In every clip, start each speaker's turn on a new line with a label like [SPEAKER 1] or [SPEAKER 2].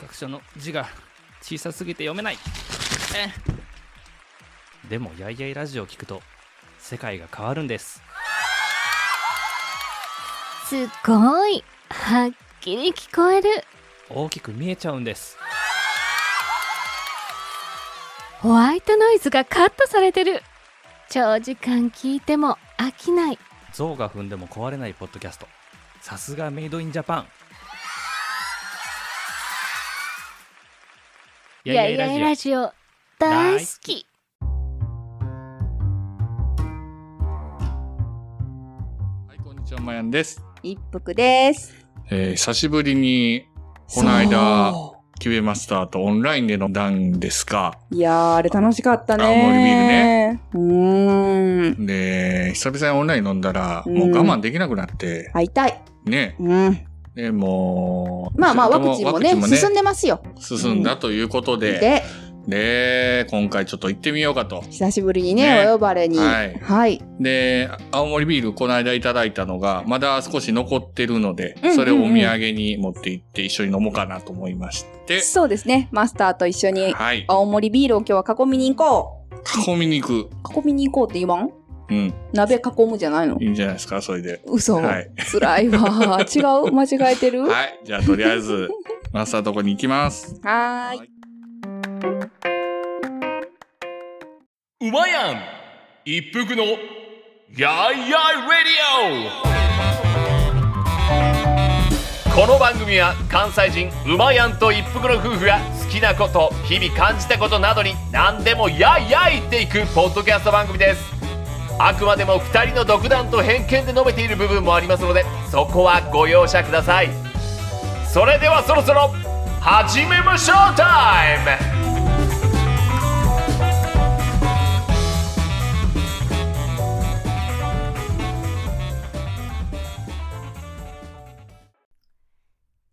[SPEAKER 1] 学者の字が小さすぎて読めないえでもやいやいラジオを聞くと世界が変わるんです
[SPEAKER 2] すごいはっきり聞こえる
[SPEAKER 1] 大きく見えちゃうんです
[SPEAKER 2] ホワイトノイズがカットされてる長時間聞いても飽きない
[SPEAKER 1] 象が踏んでも壊れないポッドキャストさすがメイドインジャパン
[SPEAKER 2] いやいやラジオ大好き
[SPEAKER 3] はい、こんにちは、まやんです。
[SPEAKER 4] 一服です。
[SPEAKER 3] えー久しぶりに、この間、キュエマスターとオンラインで飲んだんですが、
[SPEAKER 4] いやー、あれ楽しかったね。
[SPEAKER 3] 青森
[SPEAKER 4] ビールね。うーん。
[SPEAKER 3] で、久々にオンライン飲んだら、
[SPEAKER 4] うん
[SPEAKER 3] もう我慢できなくなって、
[SPEAKER 4] 会いたい。
[SPEAKER 3] ね。
[SPEAKER 4] うん。
[SPEAKER 3] で、もう、
[SPEAKER 4] まあまあ、ワクチンもね、進ん
[SPEAKER 3] で
[SPEAKER 4] でますよ。
[SPEAKER 3] 進んだということで、
[SPEAKER 4] で、
[SPEAKER 3] で、今回ちょっと行ってみようかと。
[SPEAKER 4] 久しぶりにね、
[SPEAKER 3] ね
[SPEAKER 4] お呼ばれに。
[SPEAKER 3] はい
[SPEAKER 4] はい。
[SPEAKER 3] で、青森ビールこの間いただいたのが、まだ少し残ってるので
[SPEAKER 4] うんうんう、ん
[SPEAKER 3] それをお土産に持って行って一緒に飲もうかなと思いまして、
[SPEAKER 4] そうですね。マスターと一緒に、
[SPEAKER 3] はい。
[SPEAKER 4] 青森ビールを今日は囲みに行こ
[SPEAKER 3] 囲みに行く。
[SPEAKER 4] う。囲みに行こうって言わん
[SPEAKER 3] うん。
[SPEAKER 4] 鍋囲むじゃないの
[SPEAKER 3] いいんじゃないですか、それで。
[SPEAKER 4] 嘘。
[SPEAKER 3] はい
[SPEAKER 4] 辛い わ。違う間違えてる
[SPEAKER 3] はい。じゃあ、とりあえず、マスターとこに行きます。
[SPEAKER 4] はーい。
[SPEAKER 5] うまやん一服のやいやいレディオこの番組は関西人うまやんと一服の夫婦が好きなこと日々感じたことなどに何でもやいやい言っていくポッドキャスト番組ですあくまでも2人の独断と偏見で述べている部分もありますのでそこはご容赦くださいそれではそろそろ始めましょうタイム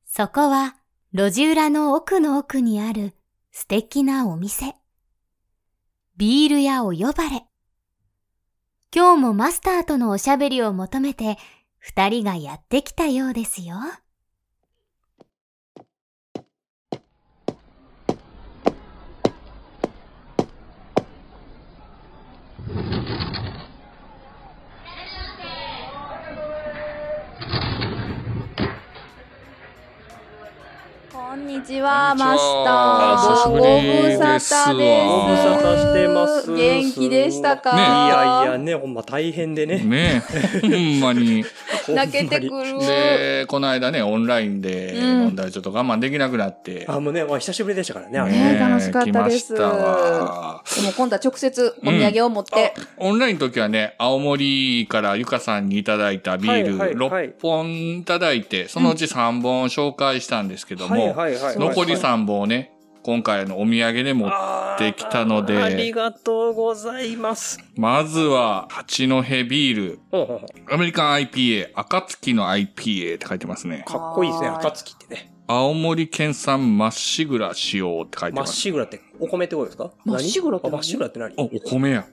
[SPEAKER 6] そこは路地裏の奥の奥にある素敵なお店。ビール屋を呼ばれ。今日もマスターとのおしゃべりを求めて二人がやってきたようですよ。
[SPEAKER 4] こんにちは、
[SPEAKER 3] こんに
[SPEAKER 4] マ
[SPEAKER 3] ち
[SPEAKER 4] ス
[SPEAKER 3] は
[SPEAKER 4] ター。
[SPEAKER 3] お久しぶりですわ
[SPEAKER 4] ご無沙
[SPEAKER 7] ご無沙
[SPEAKER 4] 汰
[SPEAKER 7] 汰してます
[SPEAKER 4] 元気でしたか
[SPEAKER 3] ね
[SPEAKER 7] いやいやね、ほんま大変でね。
[SPEAKER 3] ねえ、ほんまに。
[SPEAKER 7] ほんまに
[SPEAKER 4] 泣けてくる。
[SPEAKER 3] で、この間ね、オンラインで飲んだらちょっと我慢できなくなって。
[SPEAKER 7] あ、もうね、まあ、久しぶりでしたからね、あれ
[SPEAKER 4] ね
[SPEAKER 7] ね。
[SPEAKER 4] え楽しかったです
[SPEAKER 3] 来ましたわ
[SPEAKER 4] でも今度は直接お土産を持って、
[SPEAKER 3] オンラインの時はね、青森からゆかさんにいただいたビール
[SPEAKER 7] はいはいはい
[SPEAKER 3] 6本いただいて、そのうち3本紹介したんですけど
[SPEAKER 7] はい
[SPEAKER 3] も、
[SPEAKER 7] はいはい。
[SPEAKER 3] 残り3本をね、今回のお土産でも、
[SPEAKER 7] 持
[SPEAKER 3] ってきたので
[SPEAKER 7] ありがとうございます。
[SPEAKER 3] まずは、八戸ビール、
[SPEAKER 7] ほんほんほん
[SPEAKER 3] アメリカン IPA、暁の IPA って書いてますね。
[SPEAKER 7] かっこいいですね、
[SPEAKER 4] はい
[SPEAKER 7] 暁ってね。
[SPEAKER 3] 青森県産まっしぐら使用って書いて
[SPEAKER 7] ま
[SPEAKER 3] ま
[SPEAKER 7] っ
[SPEAKER 3] す。
[SPEAKER 7] しぐらって、お米ってことですか
[SPEAKER 4] まっしぐらって
[SPEAKER 7] 何
[SPEAKER 4] 何
[SPEAKER 7] あまっしぐらって何
[SPEAKER 3] お、お米や。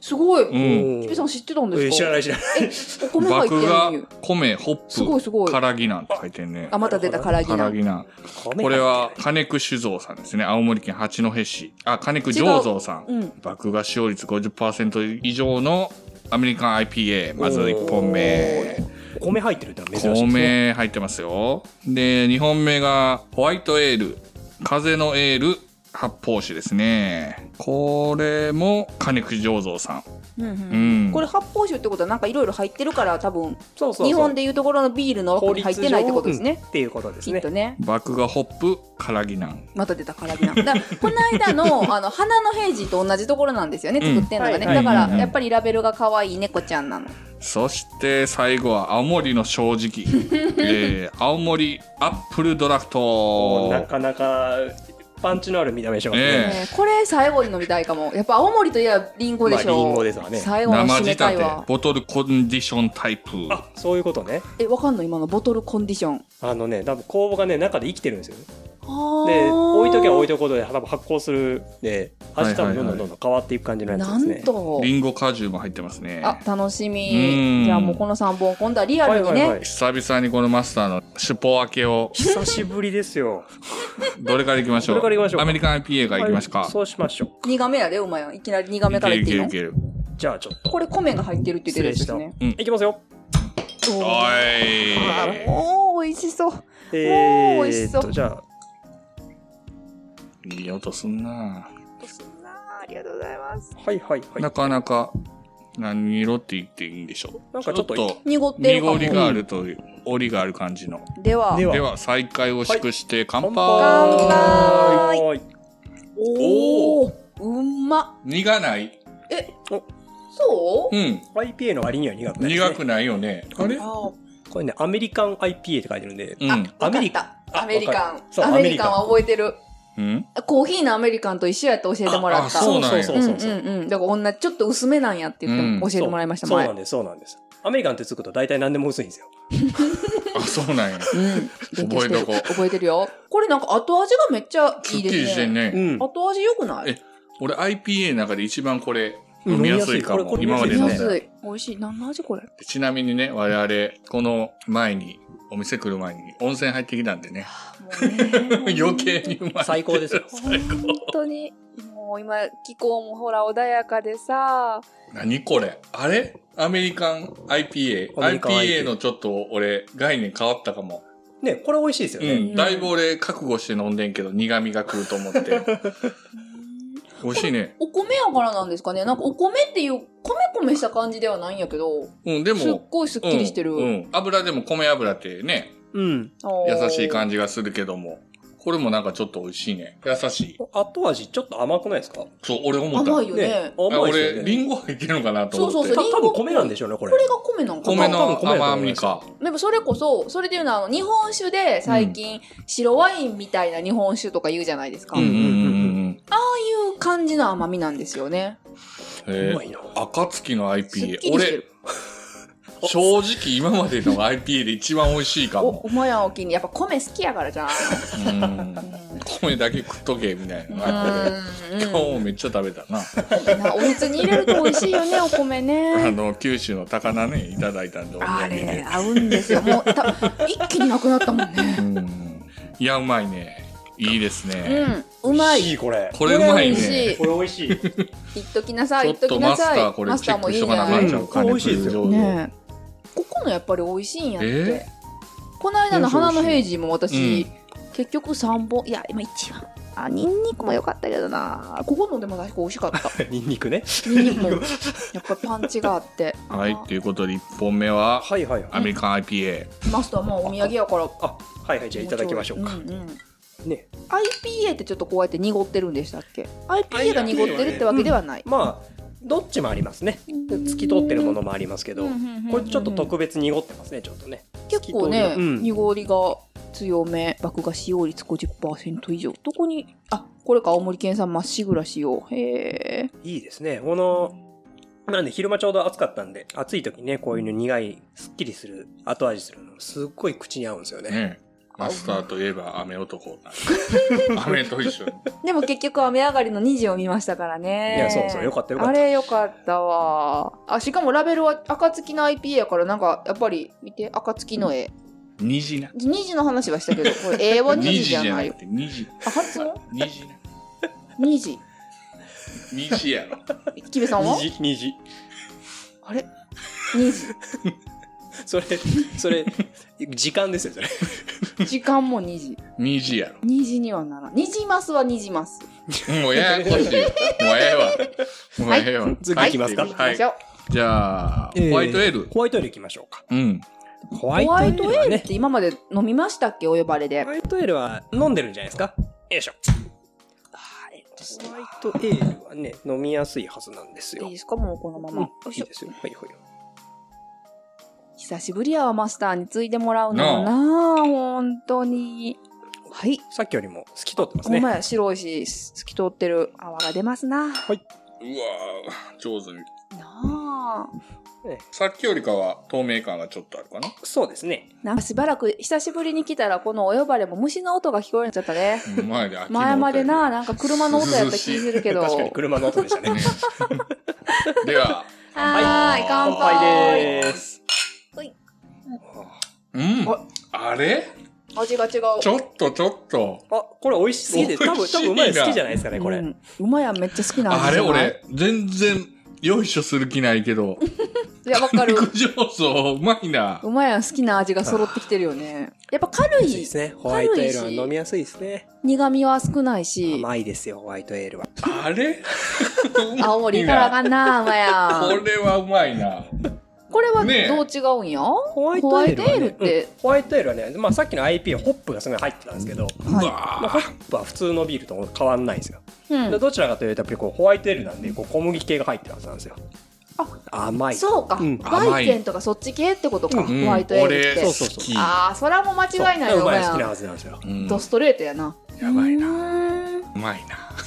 [SPEAKER 4] すごい、
[SPEAKER 3] う。
[SPEAKER 7] うん
[SPEAKER 4] キペさん知ってたん
[SPEAKER 7] え
[SPEAKER 4] で
[SPEAKER 7] ー
[SPEAKER 4] す
[SPEAKER 7] 知ら
[SPEAKER 4] か、
[SPEAKER 7] ない知らない。
[SPEAKER 4] お米入って
[SPEAKER 3] 麦
[SPEAKER 4] る
[SPEAKER 3] が
[SPEAKER 4] のに
[SPEAKER 3] 米、ホップ、
[SPEAKER 4] すごいすごい
[SPEAKER 3] からぎなんって書いてんね
[SPEAKER 4] あ。また出たからぎ
[SPEAKER 3] から
[SPEAKER 4] な
[SPEAKER 3] ぎなん。
[SPEAKER 7] 米
[SPEAKER 3] これは、金久酒造さんですね。青森県八戸市。あ、金久醸造さん。
[SPEAKER 4] うん
[SPEAKER 3] 麦芽使用率50%以上のアメリカン IPA。まず1本目。
[SPEAKER 7] お米入ってるってのは珍しいですね。
[SPEAKER 3] 米入ってますよ。で、2本目がホワイトエール、風のエール発泡酒ですね。これも金久醸造さ
[SPEAKER 4] うんうん
[SPEAKER 3] ん。うん。
[SPEAKER 4] これ発泡酒ってことはなんかいろいろ入ってるから多分
[SPEAKER 7] そうそうそう。
[SPEAKER 4] 日本でいうところのビールの枠に入ってないってことです
[SPEAKER 7] 法律
[SPEAKER 4] ね
[SPEAKER 7] 上。うんっていうことです
[SPEAKER 4] きっ
[SPEAKER 7] ね
[SPEAKER 4] と。ね
[SPEAKER 3] バクがホップ、からぎなん。
[SPEAKER 4] また出たからぎなだからこの 間のあの花の平時と同じところなんですよね
[SPEAKER 3] うん
[SPEAKER 4] 作ってんのがね、
[SPEAKER 7] はいはい
[SPEAKER 4] だから、
[SPEAKER 3] うんうん
[SPEAKER 4] やっぱりラベルが可愛い猫ちゃんなの
[SPEAKER 3] そして最後は青森の正直。えー、青森アップルドラフ
[SPEAKER 7] もうな
[SPEAKER 3] ト。
[SPEAKER 7] かなか、パンチのある見た目してます
[SPEAKER 3] ねえ
[SPEAKER 7] ね。
[SPEAKER 4] ねこれ最後に飲みたいかもやっぱ青森といえばリンゴでしょ、
[SPEAKER 7] まあリンゴですわね
[SPEAKER 4] 最後の
[SPEAKER 3] 生
[SPEAKER 4] 締
[SPEAKER 3] 仕
[SPEAKER 4] め
[SPEAKER 3] 立
[SPEAKER 4] たい
[SPEAKER 3] て
[SPEAKER 4] わ、
[SPEAKER 3] ボトルコンディションタイプ。
[SPEAKER 7] あ、そういうことね。
[SPEAKER 4] えわかんの今のボトルコンディション
[SPEAKER 7] あのね、多分酵母がね、中で生きてるんですよね。で置いときゃ置い
[SPEAKER 4] と
[SPEAKER 7] とくことで多分発酵するんで味多分どんどんどんどん変わっていく感じのやつ
[SPEAKER 4] な
[SPEAKER 7] ですね。
[SPEAKER 4] んと
[SPEAKER 3] リンゴ果汁も入ってますね。
[SPEAKER 4] あ楽し
[SPEAKER 3] うん
[SPEAKER 4] みじゃあもうこの3本今度はリアルにね
[SPEAKER 3] 久々にこのマスターのシュポ明けを、
[SPEAKER 7] 久しぶりです よ。
[SPEAKER 3] どれからいきましょう。
[SPEAKER 7] どれから行きましょうか
[SPEAKER 3] アメリカン IPA からいきますか。
[SPEAKER 7] そうしましょう。
[SPEAKER 4] 苦めやでうまいよいきなり苦めからいっていいの
[SPEAKER 3] いけるいけるい
[SPEAKER 7] じゃあちょっと。
[SPEAKER 4] これ米が入ってるって言ってるやつですね
[SPEAKER 7] いきますよ。
[SPEAKER 3] ける。お
[SPEAKER 4] おー美味しそう
[SPEAKER 7] え
[SPEAKER 4] おー美味し
[SPEAKER 7] ー
[SPEAKER 4] そ
[SPEAKER 7] っ
[SPEAKER 4] う
[SPEAKER 7] と、じゃあ、
[SPEAKER 3] い。いい音すんな
[SPEAKER 4] ありがとうございます
[SPEAKER 7] はいはいはい。
[SPEAKER 3] なかなか、何色って言っていいんでしょう。
[SPEAKER 7] なんかちょっと
[SPEAKER 4] 濁ってるか
[SPEAKER 3] 濁
[SPEAKER 4] も
[SPEAKER 3] りがあるという、折りがある感じの。
[SPEAKER 4] では
[SPEAKER 7] では
[SPEAKER 3] では、再開を祝して乾杯。
[SPEAKER 4] 杯
[SPEAKER 7] 乾杯
[SPEAKER 4] おおうんま
[SPEAKER 3] 苦ない
[SPEAKER 4] そう
[SPEAKER 3] うん。
[SPEAKER 7] IPA の割には苦くないです、ね。
[SPEAKER 3] 苦くないよね。あれ
[SPEAKER 4] あ
[SPEAKER 7] これね、アメリカン IPA って書いてるんで、
[SPEAKER 3] うん。
[SPEAKER 7] ア
[SPEAKER 4] ア
[SPEAKER 7] メ
[SPEAKER 4] メ
[SPEAKER 7] リ
[SPEAKER 4] リ
[SPEAKER 7] カン。
[SPEAKER 4] カンアメリカ
[SPEAKER 7] わか
[SPEAKER 4] ン
[SPEAKER 7] るそう
[SPEAKER 4] アメリカンは覚えてる
[SPEAKER 3] うん
[SPEAKER 4] コーヒーのアメリカンと一緒やって教えてもらった
[SPEAKER 3] ああそうなんや
[SPEAKER 7] そううんそうそう。
[SPEAKER 4] うんうんだから女ちょっと薄めなんやって言っても教えてもらいました
[SPEAKER 7] そう
[SPEAKER 4] 前
[SPEAKER 7] なんです、そうなんです。アメリカンってつくと大体何でも薄いんですよ。
[SPEAKER 3] あ、そうなんや。
[SPEAKER 4] うん。勉強して
[SPEAKER 3] 覚え
[SPEAKER 4] る
[SPEAKER 3] とこ
[SPEAKER 4] 覚えてるよ。これなんか後味がめっちゃ
[SPEAKER 3] す
[SPEAKER 4] い
[SPEAKER 3] っき
[SPEAKER 4] いですね。
[SPEAKER 3] りしてんね。
[SPEAKER 7] ん
[SPEAKER 4] 後味良くない
[SPEAKER 3] え俺 IPA の中で一番これ
[SPEAKER 7] うん
[SPEAKER 3] 飲みやすいかも。
[SPEAKER 7] 飲みや
[SPEAKER 3] 今ま
[SPEAKER 7] すい
[SPEAKER 3] で
[SPEAKER 4] 飲
[SPEAKER 3] 飲
[SPEAKER 4] み
[SPEAKER 3] ん
[SPEAKER 4] や
[SPEAKER 3] だ
[SPEAKER 7] これこれ
[SPEAKER 4] すい。美味しい。何の味これ
[SPEAKER 3] ちなみにね、我々、この前に、お店来る前に温泉入ってきたんでね。余計にうまい。
[SPEAKER 7] 最高ですよ。
[SPEAKER 4] 本当に。もう今、気候もほら穏やかでさ。
[SPEAKER 3] 何これあれアメリカン IPA。
[SPEAKER 7] アメリカン IPA
[SPEAKER 3] IPA のちょっと俺、概念変わったかも。
[SPEAKER 7] ね、これ美味しいですよ
[SPEAKER 3] う
[SPEAKER 7] ね。
[SPEAKER 3] ん。だいぶ俺、覚悟して飲んでんけど、苦味が来ると思って。 美味しいね。
[SPEAKER 4] お米やからなんですかねなんかお米っていう、米米した感じではないんやけど、
[SPEAKER 3] うん、です
[SPEAKER 4] っ
[SPEAKER 3] も、
[SPEAKER 4] ごいすっ
[SPEAKER 3] うん
[SPEAKER 4] きりしてる。
[SPEAKER 3] うん。油でも米油ってね、
[SPEAKER 7] うん。
[SPEAKER 3] 優しい感
[SPEAKER 4] じ。
[SPEAKER 3] じがするけども。これもなんかちょっと美味しいね。優しい。
[SPEAKER 7] 後味ちょっと甘くないですか
[SPEAKER 3] そう、俺思った。
[SPEAKER 4] 甘いよね。
[SPEAKER 7] ね、
[SPEAKER 3] あ
[SPEAKER 7] 甘いです
[SPEAKER 3] 俺、
[SPEAKER 7] よ
[SPEAKER 3] リ
[SPEAKER 7] ね。
[SPEAKER 3] ンゴ入ってるのかなと思って。
[SPEAKER 4] そうそうそ
[SPEAKER 7] た
[SPEAKER 4] うリンゴ
[SPEAKER 7] 多分米なんでしょうね、これ。
[SPEAKER 4] これが米なんかな
[SPEAKER 3] 米の
[SPEAKER 7] 多分米だと
[SPEAKER 3] 甘
[SPEAKER 7] 思い
[SPEAKER 3] み
[SPEAKER 7] ます
[SPEAKER 3] か。
[SPEAKER 4] でもそれこそ、それで言うのは、あの、日本酒で最近、白ワインみたいな日本酒とか言うじゃないですか。
[SPEAKER 3] うんうん
[SPEAKER 4] あ
[SPEAKER 3] うんうん。
[SPEAKER 4] あいう感じの甘みなんですよね。
[SPEAKER 3] え
[SPEAKER 7] うま
[SPEAKER 3] ー
[SPEAKER 7] いな。
[SPEAKER 3] 暁の
[SPEAKER 4] すっ
[SPEAKER 3] IPA
[SPEAKER 4] き。りして
[SPEAKER 3] 俺、
[SPEAKER 4] る。
[SPEAKER 3] 正直今までの IPA で一番美味しいか
[SPEAKER 4] お、
[SPEAKER 3] も。
[SPEAKER 4] お前はお気に、やっぱ米好きやからじゃん。
[SPEAKER 3] うん米だけ食っとけ、みたいな。
[SPEAKER 4] うん
[SPEAKER 3] 今日もめっちゃ食べたな。
[SPEAKER 4] なお水に入れると美味しいよね、お米
[SPEAKER 3] あ
[SPEAKER 4] ね。
[SPEAKER 3] の、九州の高菜ね、いただいたんで、お土
[SPEAKER 4] あ
[SPEAKER 3] 産
[SPEAKER 4] れ、
[SPEAKER 3] で。
[SPEAKER 4] 合うんですよ。もう、た一気になくなったもんね。
[SPEAKER 3] うんいや、うまいね。いいですね。
[SPEAKER 4] うん、うま
[SPEAKER 7] い
[SPEAKER 4] い。
[SPEAKER 7] い、これ。
[SPEAKER 3] これうまい
[SPEAKER 4] 美味し
[SPEAKER 3] ね。
[SPEAKER 4] い
[SPEAKER 7] こ。れ美味しい。
[SPEAKER 4] 言っときなさ
[SPEAKER 3] ち
[SPEAKER 4] い、
[SPEAKER 3] ょ
[SPEAKER 4] 言
[SPEAKER 3] っ
[SPEAKER 4] っと
[SPEAKER 3] と
[SPEAKER 4] き
[SPEAKER 3] マ
[SPEAKER 4] な
[SPEAKER 3] スタ
[SPEAKER 4] さい。
[SPEAKER 3] ーこれチェックしとかなあ
[SPEAKER 4] マ
[SPEAKER 3] かん
[SPEAKER 4] スターもいい
[SPEAKER 3] ち
[SPEAKER 4] じ
[SPEAKER 3] ゃ
[SPEAKER 4] ゃ
[SPEAKER 3] う
[SPEAKER 4] な
[SPEAKER 3] か
[SPEAKER 7] うん美味しいですよ
[SPEAKER 3] 上手
[SPEAKER 4] ねえここのやっぱり美味しいんやって、
[SPEAKER 3] え
[SPEAKER 4] この間の花の平時も私、
[SPEAKER 3] う
[SPEAKER 4] 結局3本いや今1番あニンニクも良かったけどなここのでも確か美味しかった
[SPEAKER 7] ニンニクね。
[SPEAKER 4] ニンニクもやっぱりパンチがあって
[SPEAKER 3] はい、ということで、一本目は、
[SPEAKER 7] はいはいはい。
[SPEAKER 3] アメリカン IPA。
[SPEAKER 4] マスターもうお土産やから
[SPEAKER 7] あ、はいはい、じゃあいただきましょうか。
[SPEAKER 4] んん
[SPEAKER 7] ね。
[SPEAKER 4] IPA ってちょっとこうやって濁ってるんでしたっけ IPA が濁ってるってわけではない、
[SPEAKER 7] まあ、どっちもありますね。透き通ってるものもありますけど、これちょっと特別濁ってますね、ちょっとね。
[SPEAKER 4] 結構ね、
[SPEAKER 7] うん
[SPEAKER 4] 濁りが強め麦芽使用率50%以上どこにあこれか青森県産まっしぐら使用へえ
[SPEAKER 7] いいですね。この、なんで昼間ちょうど暑かったんで、暑い時にね、こういうの苦い、すっきりする、後味するの、すっごい口に合うんですよね。
[SPEAKER 3] ねマスターといえば雨男な んで雨と一緒に
[SPEAKER 4] でも結局雨上がりの2時を見ましたからね
[SPEAKER 7] いやそうそうよかったよかった
[SPEAKER 4] あれよかったわあしかもラベルは暁の IPA やからなんかやっぱり見て暁の絵
[SPEAKER 3] 虹な
[SPEAKER 4] 2時の話はしたけどこれ A は2時じゃないよ
[SPEAKER 3] て虹
[SPEAKER 4] あ発音
[SPEAKER 3] 虹な
[SPEAKER 4] 2時
[SPEAKER 3] 虹やろ
[SPEAKER 4] キベさんは
[SPEAKER 7] 虹、虹。
[SPEAKER 4] あれ2時
[SPEAKER 7] それ、それ、時間ですよ、それ。
[SPEAKER 4] 時間も2時
[SPEAKER 3] 虹や
[SPEAKER 4] 2時にはならん2時マスは2時マス
[SPEAKER 3] ろもうややこしいもうええわもうええわ
[SPEAKER 7] 次
[SPEAKER 3] は
[SPEAKER 7] 行きますか
[SPEAKER 4] 行き
[SPEAKER 3] は
[SPEAKER 4] ま
[SPEAKER 3] い
[SPEAKER 4] しょう
[SPEAKER 3] じゃあホワイトエール
[SPEAKER 7] ホワイトエール行きましょうか。
[SPEAKER 3] うん
[SPEAKER 7] ホ
[SPEAKER 4] ホワイトエールっ
[SPEAKER 7] ね。
[SPEAKER 4] て今まで飲みましたっけお呼ばれで。
[SPEAKER 7] ホワイトエールは飲んでるんじゃないですかよいしょ。ホワイトエールはね、飲みやすいはずなんです
[SPEAKER 4] い
[SPEAKER 7] よ。
[SPEAKER 4] いですかもうこのまま。よ
[SPEAKER 7] うん
[SPEAKER 4] い
[SPEAKER 7] い
[SPEAKER 4] し
[SPEAKER 7] い
[SPEAKER 4] ょ
[SPEAKER 7] ですよ。はいはい。
[SPEAKER 4] 久しぶりやわ、マスターについてもらうのもなあ、本当に。はい。
[SPEAKER 7] さっきよりも透き通ってます
[SPEAKER 4] ほん
[SPEAKER 7] ね。
[SPEAKER 4] まや、白いし、透き通ってる泡が出ますな。
[SPEAKER 3] う
[SPEAKER 4] な
[SPEAKER 3] わー上手に
[SPEAKER 4] あ。
[SPEAKER 7] ええ
[SPEAKER 3] さっきよりかは透明感がちょっとあるかな。
[SPEAKER 7] そうですね。
[SPEAKER 4] なんかしばらく久しぶりに来たらこのお呼ばれも虫の音が聞こえちゃったね。
[SPEAKER 3] うん前で秋の音や
[SPEAKER 4] 前までな、なんか車の音やった気するけど。
[SPEAKER 7] 確かに車の音でしたね。
[SPEAKER 3] ねでは、
[SPEAKER 4] はーい、乾
[SPEAKER 7] 乾
[SPEAKER 4] 杯
[SPEAKER 7] 杯です。
[SPEAKER 3] うん
[SPEAKER 4] あ。
[SPEAKER 3] あれ
[SPEAKER 4] 味が違う。
[SPEAKER 3] ちょっとちょっと。
[SPEAKER 7] あ、これ美味しす ぎて、多
[SPEAKER 3] 美
[SPEAKER 7] 分、
[SPEAKER 3] 味しい
[SPEAKER 7] 多
[SPEAKER 3] な
[SPEAKER 7] 分うまい好きじゃないですかね、これ。
[SPEAKER 4] うんうまいやん、めっちゃ好きなん
[SPEAKER 3] あれ
[SPEAKER 4] じゃない。
[SPEAKER 3] 俺、全然、よいしょする気ないけど、
[SPEAKER 4] いや、わかる。
[SPEAKER 3] 肉上層うまいな
[SPEAKER 4] う。まいやん、好きな味が揃ってきてるよね。 やっぱ軽
[SPEAKER 7] いいで
[SPEAKER 4] い
[SPEAKER 7] すね。ホワイトエールは飲みやすいですね。
[SPEAKER 4] 苦味は少ないし、
[SPEAKER 7] 甘いですよ、ホワイトエールは。
[SPEAKER 3] あれ
[SPEAKER 4] 青森から
[SPEAKER 3] な
[SPEAKER 4] かな、うまいや
[SPEAKER 3] こ
[SPEAKER 4] ん。
[SPEAKER 3] れはうまいな。
[SPEAKER 4] これはどう
[SPEAKER 3] ねえ
[SPEAKER 4] 違うんや
[SPEAKER 7] ホワ
[SPEAKER 4] ホワイトエール
[SPEAKER 7] は
[SPEAKER 4] っ
[SPEAKER 7] ね
[SPEAKER 4] て
[SPEAKER 7] うん、ホワイトエールはね、まあさっきの IPA、ホップがすごい入ってたんですけど、
[SPEAKER 3] う
[SPEAKER 7] まあ、
[SPEAKER 3] わ
[SPEAKER 7] ホップは普通のビールと変わんないんですよ。
[SPEAKER 4] うん
[SPEAKER 7] でどちらかというと、やっぱりこう、ホワイトエールなんで、こう、小麦系が入ってるはずなんですよ。甘い。
[SPEAKER 4] そうか
[SPEAKER 7] うん。
[SPEAKER 4] バイテンとかそっち系ってことか、
[SPEAKER 7] う
[SPEAKER 4] ホワイトエールって。
[SPEAKER 3] 俺
[SPEAKER 7] そうそうそう
[SPEAKER 3] 好き
[SPEAKER 4] ああ、そらもう間
[SPEAKER 7] そう
[SPEAKER 4] 違いないよ、
[SPEAKER 7] う
[SPEAKER 4] お
[SPEAKER 7] ま
[SPEAKER 4] 前
[SPEAKER 7] い好きな
[SPEAKER 4] は。
[SPEAKER 7] はずなんですよ。
[SPEAKER 3] うん
[SPEAKER 4] ドストレートやな。
[SPEAKER 3] やばいな。
[SPEAKER 4] な。
[SPEAKER 3] うまいな。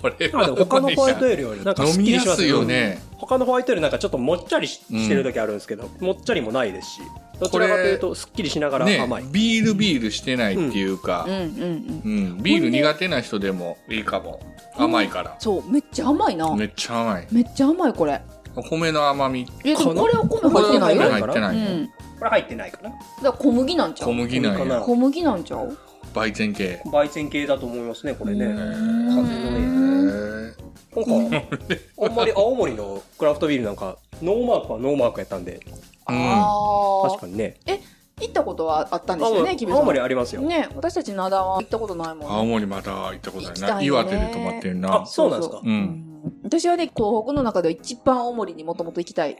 [SPEAKER 3] これ
[SPEAKER 7] まあ
[SPEAKER 3] は
[SPEAKER 7] で
[SPEAKER 3] う
[SPEAKER 7] も
[SPEAKER 3] まいな。
[SPEAKER 7] 他のホワイトエールよりなんかす
[SPEAKER 3] 飲
[SPEAKER 7] っき
[SPEAKER 3] み
[SPEAKER 7] り
[SPEAKER 3] や
[SPEAKER 7] します
[SPEAKER 3] すいよ。ね。
[SPEAKER 7] 他のホワイトエールなんかちょっともっちゃりししてる時あるんですけど、もっちゃりもないですし、どちらかというとすっきりしながら
[SPEAKER 3] ね
[SPEAKER 7] 甘い。、
[SPEAKER 3] ビールビールしてないっていうか
[SPEAKER 4] うん、うんうん。
[SPEAKER 3] うん、ビール苦手な人でもいいかも。甘いから。
[SPEAKER 4] そう、めっちゃ甘いな。
[SPEAKER 3] めっちゃ甘い。
[SPEAKER 4] めっちゃ甘い、これ。
[SPEAKER 3] お米の甘み。
[SPEAKER 4] え、でも
[SPEAKER 7] この
[SPEAKER 4] これお米
[SPEAKER 3] これ
[SPEAKER 4] 入ってないよ。
[SPEAKER 7] こ
[SPEAKER 4] う
[SPEAKER 7] れ
[SPEAKER 3] 入
[SPEAKER 4] ん。だ
[SPEAKER 3] ってないの。
[SPEAKER 7] これ入ってないかな
[SPEAKER 4] から小麦なんちゃ
[SPEAKER 3] 小
[SPEAKER 4] う
[SPEAKER 3] 麦なんや。
[SPEAKER 4] 小麦なんちゃう
[SPEAKER 3] 焙煎系。
[SPEAKER 7] 焙煎系だと思いますね、これね。
[SPEAKER 4] うーん
[SPEAKER 7] 風
[SPEAKER 3] へー
[SPEAKER 7] なんか、あんまり青森のクラフトビールなんか、ノーマークはノーマークやったんで、
[SPEAKER 3] うん。
[SPEAKER 4] あ
[SPEAKER 7] 確
[SPEAKER 4] あ
[SPEAKER 7] か。にね。
[SPEAKER 4] 行ったことはあったんですよ
[SPEAKER 7] 青
[SPEAKER 4] ね、
[SPEAKER 7] 森
[SPEAKER 4] 君
[SPEAKER 7] 青森
[SPEAKER 4] さ
[SPEAKER 7] あります
[SPEAKER 4] ん。
[SPEAKER 7] よ。
[SPEAKER 4] ね、私たち灘は行ったことないも
[SPEAKER 3] 青
[SPEAKER 4] んね。
[SPEAKER 3] 森また行ったことない
[SPEAKER 4] 行きた
[SPEAKER 3] な。
[SPEAKER 4] いよ
[SPEAKER 3] 岩
[SPEAKER 4] ね
[SPEAKER 3] 手で泊まってる
[SPEAKER 7] あ、
[SPEAKER 3] な。
[SPEAKER 7] そうなんですか、
[SPEAKER 3] う。ん。
[SPEAKER 4] 私はね、東北の中では一番青森にもともと行きたい。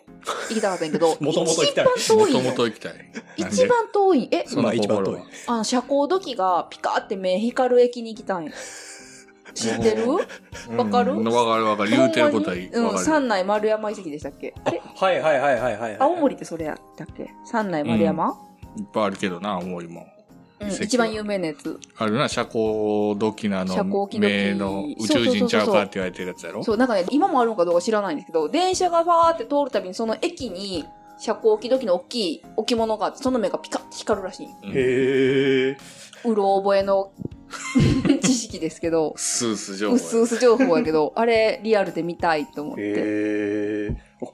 [SPEAKER 4] 行きたかったんやけど
[SPEAKER 7] もともと行きたい
[SPEAKER 4] 一
[SPEAKER 3] も
[SPEAKER 4] 番遠い
[SPEAKER 3] と
[SPEAKER 4] ん
[SPEAKER 3] も
[SPEAKER 4] や。
[SPEAKER 3] と行きたい。なん
[SPEAKER 4] 一
[SPEAKER 3] で
[SPEAKER 4] 番遠いん。え、
[SPEAKER 3] その心は
[SPEAKER 7] まあ一番
[SPEAKER 4] あの、車高時がピカーって目光る駅に行きたいん。知ってる
[SPEAKER 3] も
[SPEAKER 4] 遠いわかる
[SPEAKER 3] うんわかるわかる。言うてることは
[SPEAKER 4] ほんま
[SPEAKER 3] い
[SPEAKER 4] に
[SPEAKER 3] い。
[SPEAKER 4] うん、
[SPEAKER 3] わかる。
[SPEAKER 4] 三内丸山遺跡でしたっけあれ
[SPEAKER 7] はいはいはいはいはいはい。
[SPEAKER 4] 青森ってそれやったっけ三内丸山、
[SPEAKER 3] いっぱいあるけどな、青森も。
[SPEAKER 4] うん
[SPEAKER 3] 遺跡は
[SPEAKER 4] 一番有名なやつ。
[SPEAKER 3] あるな、社交ドキナ
[SPEAKER 4] 遮
[SPEAKER 3] の
[SPEAKER 4] 光器の木
[SPEAKER 3] 名の宇宙人ちゃうかって言われてるやつやろ
[SPEAKER 4] そう、なんかね、今もあるのかどうか知らないんですけど、電車がファーって通るたびにその駅に、車高置き時の大きい置物があって、その目がピカッて光るらしい。
[SPEAKER 7] へー。
[SPEAKER 4] うろ覚えの知識ですけど、
[SPEAKER 3] スース情
[SPEAKER 4] う
[SPEAKER 3] 報
[SPEAKER 4] すうす情報やけど、あれ、リアルで見たいと思って。
[SPEAKER 7] へー。お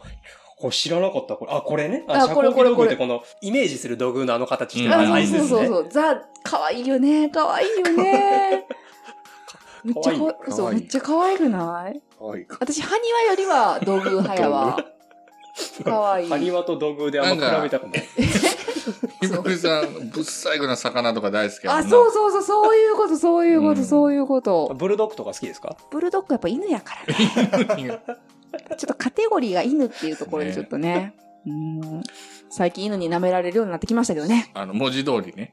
[SPEAKER 7] これ知らなかった、これ。あ、これね。あ、
[SPEAKER 4] あ
[SPEAKER 7] 遮
[SPEAKER 4] これ
[SPEAKER 7] 光器道具っ
[SPEAKER 4] これこれ
[SPEAKER 7] てこの、イメージする道具のあの形
[SPEAKER 3] え
[SPEAKER 7] してる
[SPEAKER 3] ー
[SPEAKER 7] あ
[SPEAKER 4] あ
[SPEAKER 7] の
[SPEAKER 4] そ
[SPEAKER 7] サ
[SPEAKER 4] う
[SPEAKER 7] イズで
[SPEAKER 4] そう
[SPEAKER 7] す
[SPEAKER 4] そう
[SPEAKER 7] ね
[SPEAKER 4] そ。う、ザ、可愛いよね、可愛いよね。めっちゃ
[SPEAKER 7] かわいい
[SPEAKER 4] かわ
[SPEAKER 3] かわ
[SPEAKER 4] 嘘
[SPEAKER 3] いい
[SPEAKER 4] めっちゃ可愛くない
[SPEAKER 3] はいか
[SPEAKER 4] 私、埴輪よりは道具派やわ。可愛い
[SPEAKER 7] 埴輪と道具であんま比べたくない。
[SPEAKER 3] ひばりさん、ぶっ最後な魚とか大好きやもん
[SPEAKER 4] あ、
[SPEAKER 3] な。
[SPEAKER 4] そうそうそう、そういうこと、そういうこ
[SPEAKER 3] う
[SPEAKER 4] と、
[SPEAKER 3] ん
[SPEAKER 4] そういうこと。
[SPEAKER 7] ブルドッグとか好きですか
[SPEAKER 4] ブルドッグやっぱ犬やからね。ちょっとカテゴリーが犬っていうところでちょっとね。うん最近犬に舐められるようになってきましたけどね。
[SPEAKER 3] あの、文字通り ね。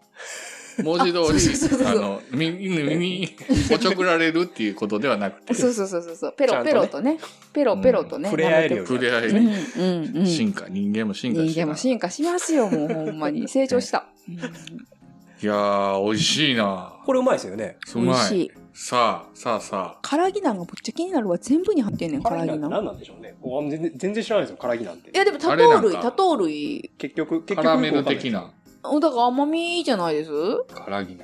[SPEAKER 3] 文字
[SPEAKER 4] あそう
[SPEAKER 3] 通
[SPEAKER 4] そうそう
[SPEAKER 3] り、
[SPEAKER 4] そう
[SPEAKER 3] あの、み耳に、おちょくられるっていうことではなくて、
[SPEAKER 4] そうそうそうそうそう。ペ
[SPEAKER 7] ち
[SPEAKER 4] ロ
[SPEAKER 7] ゃんと
[SPEAKER 4] ペ
[SPEAKER 7] ね
[SPEAKER 4] ロとね。ペロペロとね。
[SPEAKER 7] 触れ合える
[SPEAKER 4] 舐
[SPEAKER 7] よ
[SPEAKER 4] め
[SPEAKER 3] 触
[SPEAKER 4] て
[SPEAKER 3] れ合
[SPEAKER 4] う
[SPEAKER 3] い
[SPEAKER 4] ん
[SPEAKER 3] に
[SPEAKER 4] うんうん。
[SPEAKER 3] 進化、人間も進化して
[SPEAKER 4] 人間も進化しますよ、もうほんまに。成長した。
[SPEAKER 3] いやー、美味しいな
[SPEAKER 7] これうまいですよね。
[SPEAKER 3] う
[SPEAKER 4] うん美味
[SPEAKER 3] ま
[SPEAKER 4] し
[SPEAKER 3] い。
[SPEAKER 4] い。
[SPEAKER 3] さあ、さあさあ。
[SPEAKER 4] 唐揚げなんがむっちゃ気になるわ。全部に入ってんねん、唐揚げ
[SPEAKER 7] なんて
[SPEAKER 4] なん。
[SPEAKER 7] 何なんでしょうね。こう全然全然知らないですよ、カラギなんて
[SPEAKER 4] い。や、でも多
[SPEAKER 3] あれな
[SPEAKER 4] 糖
[SPEAKER 3] ん
[SPEAKER 4] 類、
[SPEAKER 3] か
[SPEAKER 4] 多糖類。
[SPEAKER 7] 結局、結
[SPEAKER 3] カ
[SPEAKER 7] 局。
[SPEAKER 3] ラメル的な。
[SPEAKER 4] うんだから甘みじゃないです
[SPEAKER 3] カラギナ。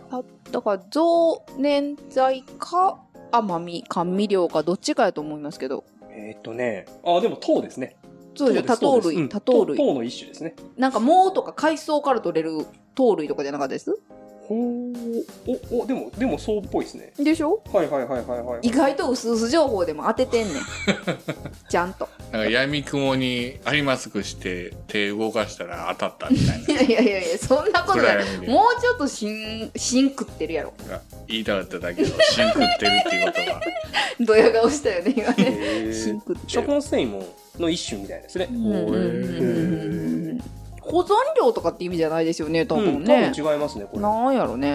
[SPEAKER 4] だから増粘剤か甘み甘味料かどっちかやと思いますけど
[SPEAKER 7] えーっとね。あ、でも糖ですね。
[SPEAKER 4] そうでしょ多糖
[SPEAKER 7] です
[SPEAKER 4] 類多
[SPEAKER 7] そう
[SPEAKER 4] 糖
[SPEAKER 7] ですう
[SPEAKER 4] 類
[SPEAKER 7] ん糖の一種ですね。
[SPEAKER 4] なんか藻とか海藻から取れる糖類とかじゃなかったです
[SPEAKER 7] ほー。お、お、でも、でもそうっぽいですね。
[SPEAKER 4] でしょ
[SPEAKER 7] はいはいはいはいはい。
[SPEAKER 4] 意外と薄々情報でも当ててん ねんちゃんと
[SPEAKER 3] なんか闇雲にありますくして手動かしたら当たったみたい
[SPEAKER 4] いやいやいやいやそんなことや
[SPEAKER 3] 暗闇で
[SPEAKER 4] もうちょっとしんしん食ってるやろ
[SPEAKER 3] な。言いたかっただけど、シンクってるっていうことが。
[SPEAKER 4] ドヤ顔したよね今ね
[SPEAKER 7] へー
[SPEAKER 4] シンクって
[SPEAKER 7] 食
[SPEAKER 4] る
[SPEAKER 7] 物繊維も、の一種みたいですね。
[SPEAKER 4] うんうんうんうん保存料とかって意味じゃないですよね多
[SPEAKER 7] う
[SPEAKER 4] 分
[SPEAKER 7] ん多
[SPEAKER 4] ね、
[SPEAKER 7] 分違いますね、これ。
[SPEAKER 4] なんやろね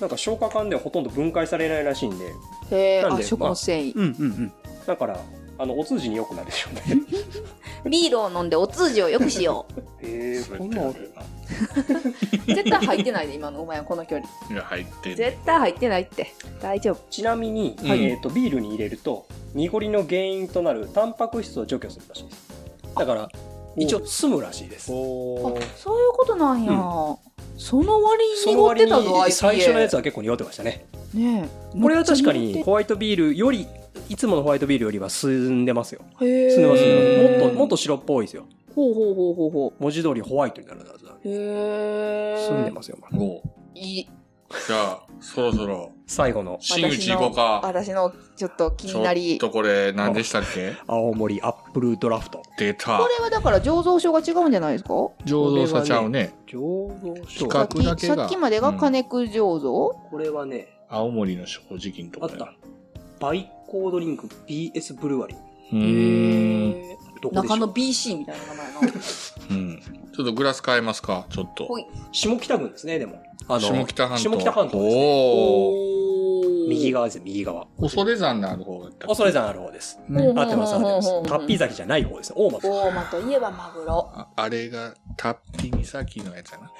[SPEAKER 7] なんか消化管ではほとんど分解されないらしいんで。
[SPEAKER 4] へえ
[SPEAKER 7] なん
[SPEAKER 4] あ
[SPEAKER 7] で
[SPEAKER 4] 食物繊維
[SPEAKER 7] うんうんうん。だから、あの、お通じに良くなるでしょうね。
[SPEAKER 4] ビールを飲んでお通じをよくし よう。
[SPEAKER 7] へーこんなんある
[SPEAKER 4] 絶対入ってないで、今のお前はこの 距離。
[SPEAKER 3] いや、入ってる。
[SPEAKER 4] 絶対入ってないって。大丈夫。
[SPEAKER 7] ちなみに、
[SPEAKER 3] うん
[SPEAKER 7] えー、とビールに入れると濁りの原因となるタンパク質を除去するらしいですだから一応住むらしいです。
[SPEAKER 4] あそういうことなんや、その割に濁ってた
[SPEAKER 7] そ
[SPEAKER 4] ぞ IPA
[SPEAKER 7] 最初のやつは結構濁ってましたね。
[SPEAKER 4] ねえ
[SPEAKER 7] これは確か
[SPEAKER 4] め
[SPEAKER 7] に
[SPEAKER 4] っち
[SPEAKER 7] ホワイトビールより、いつものホワイトビールよりは進んでますよ。
[SPEAKER 4] ゃ濁ってへえ
[SPEAKER 7] 進んでます
[SPEAKER 3] へー
[SPEAKER 7] よ。もっと、もっと白っぽいですよ。
[SPEAKER 4] ほうほうほうほうほ
[SPEAKER 7] 文字通りホワイトになるはずなんで
[SPEAKER 4] うへえ
[SPEAKER 7] 進んでますよ、まだ
[SPEAKER 3] おう
[SPEAKER 4] いい
[SPEAKER 3] じゃあ、そろそろ、
[SPEAKER 7] 最後の
[SPEAKER 3] 真打ち行こうか。
[SPEAKER 4] 私のちょっと気
[SPEAKER 3] ち
[SPEAKER 4] に
[SPEAKER 3] ょ
[SPEAKER 4] なり
[SPEAKER 3] っとこれ、何でしたっけ
[SPEAKER 7] 青森アップルドラフト。
[SPEAKER 3] 出た
[SPEAKER 4] こ。れはだから醸造所が違うんじゃないですか
[SPEAKER 3] 醸造さちゃうね。
[SPEAKER 7] 醸造
[SPEAKER 3] 比
[SPEAKER 7] 所
[SPEAKER 3] 較額だけが
[SPEAKER 4] さっきさっきまでが金久醸造、
[SPEAKER 7] これはね、
[SPEAKER 3] 青森の正直のと
[SPEAKER 7] あ
[SPEAKER 3] こ
[SPEAKER 7] っ
[SPEAKER 3] だよ
[SPEAKER 7] た。。バイコードリンク BS ブルワリー。
[SPEAKER 3] うー
[SPEAKER 4] へ
[SPEAKER 3] ん。
[SPEAKER 4] え
[SPEAKER 7] どこでし
[SPEAKER 4] 中
[SPEAKER 7] ょ
[SPEAKER 4] 野
[SPEAKER 7] う
[SPEAKER 4] BC みたいな名前なの
[SPEAKER 3] うん。ちょっとグラス変えますか、ちょっと。
[SPEAKER 4] ほい
[SPEAKER 7] 下北郡ですね、でも。あの
[SPEAKER 3] 下北半島。
[SPEAKER 7] 下北半島ですね
[SPEAKER 3] おー。
[SPEAKER 4] お
[SPEAKER 7] 右側ですよ、右側。
[SPEAKER 3] 恐山のある方だったっけ
[SPEAKER 7] 恐山ある方です。
[SPEAKER 3] ね
[SPEAKER 7] 合ってます、合ってます
[SPEAKER 4] うんうんうんう。ん
[SPEAKER 7] タッピー崎じゃない方ですね。大松。
[SPEAKER 4] 大間といえばマグロ
[SPEAKER 3] ああれが、タッピ岬のやつやな。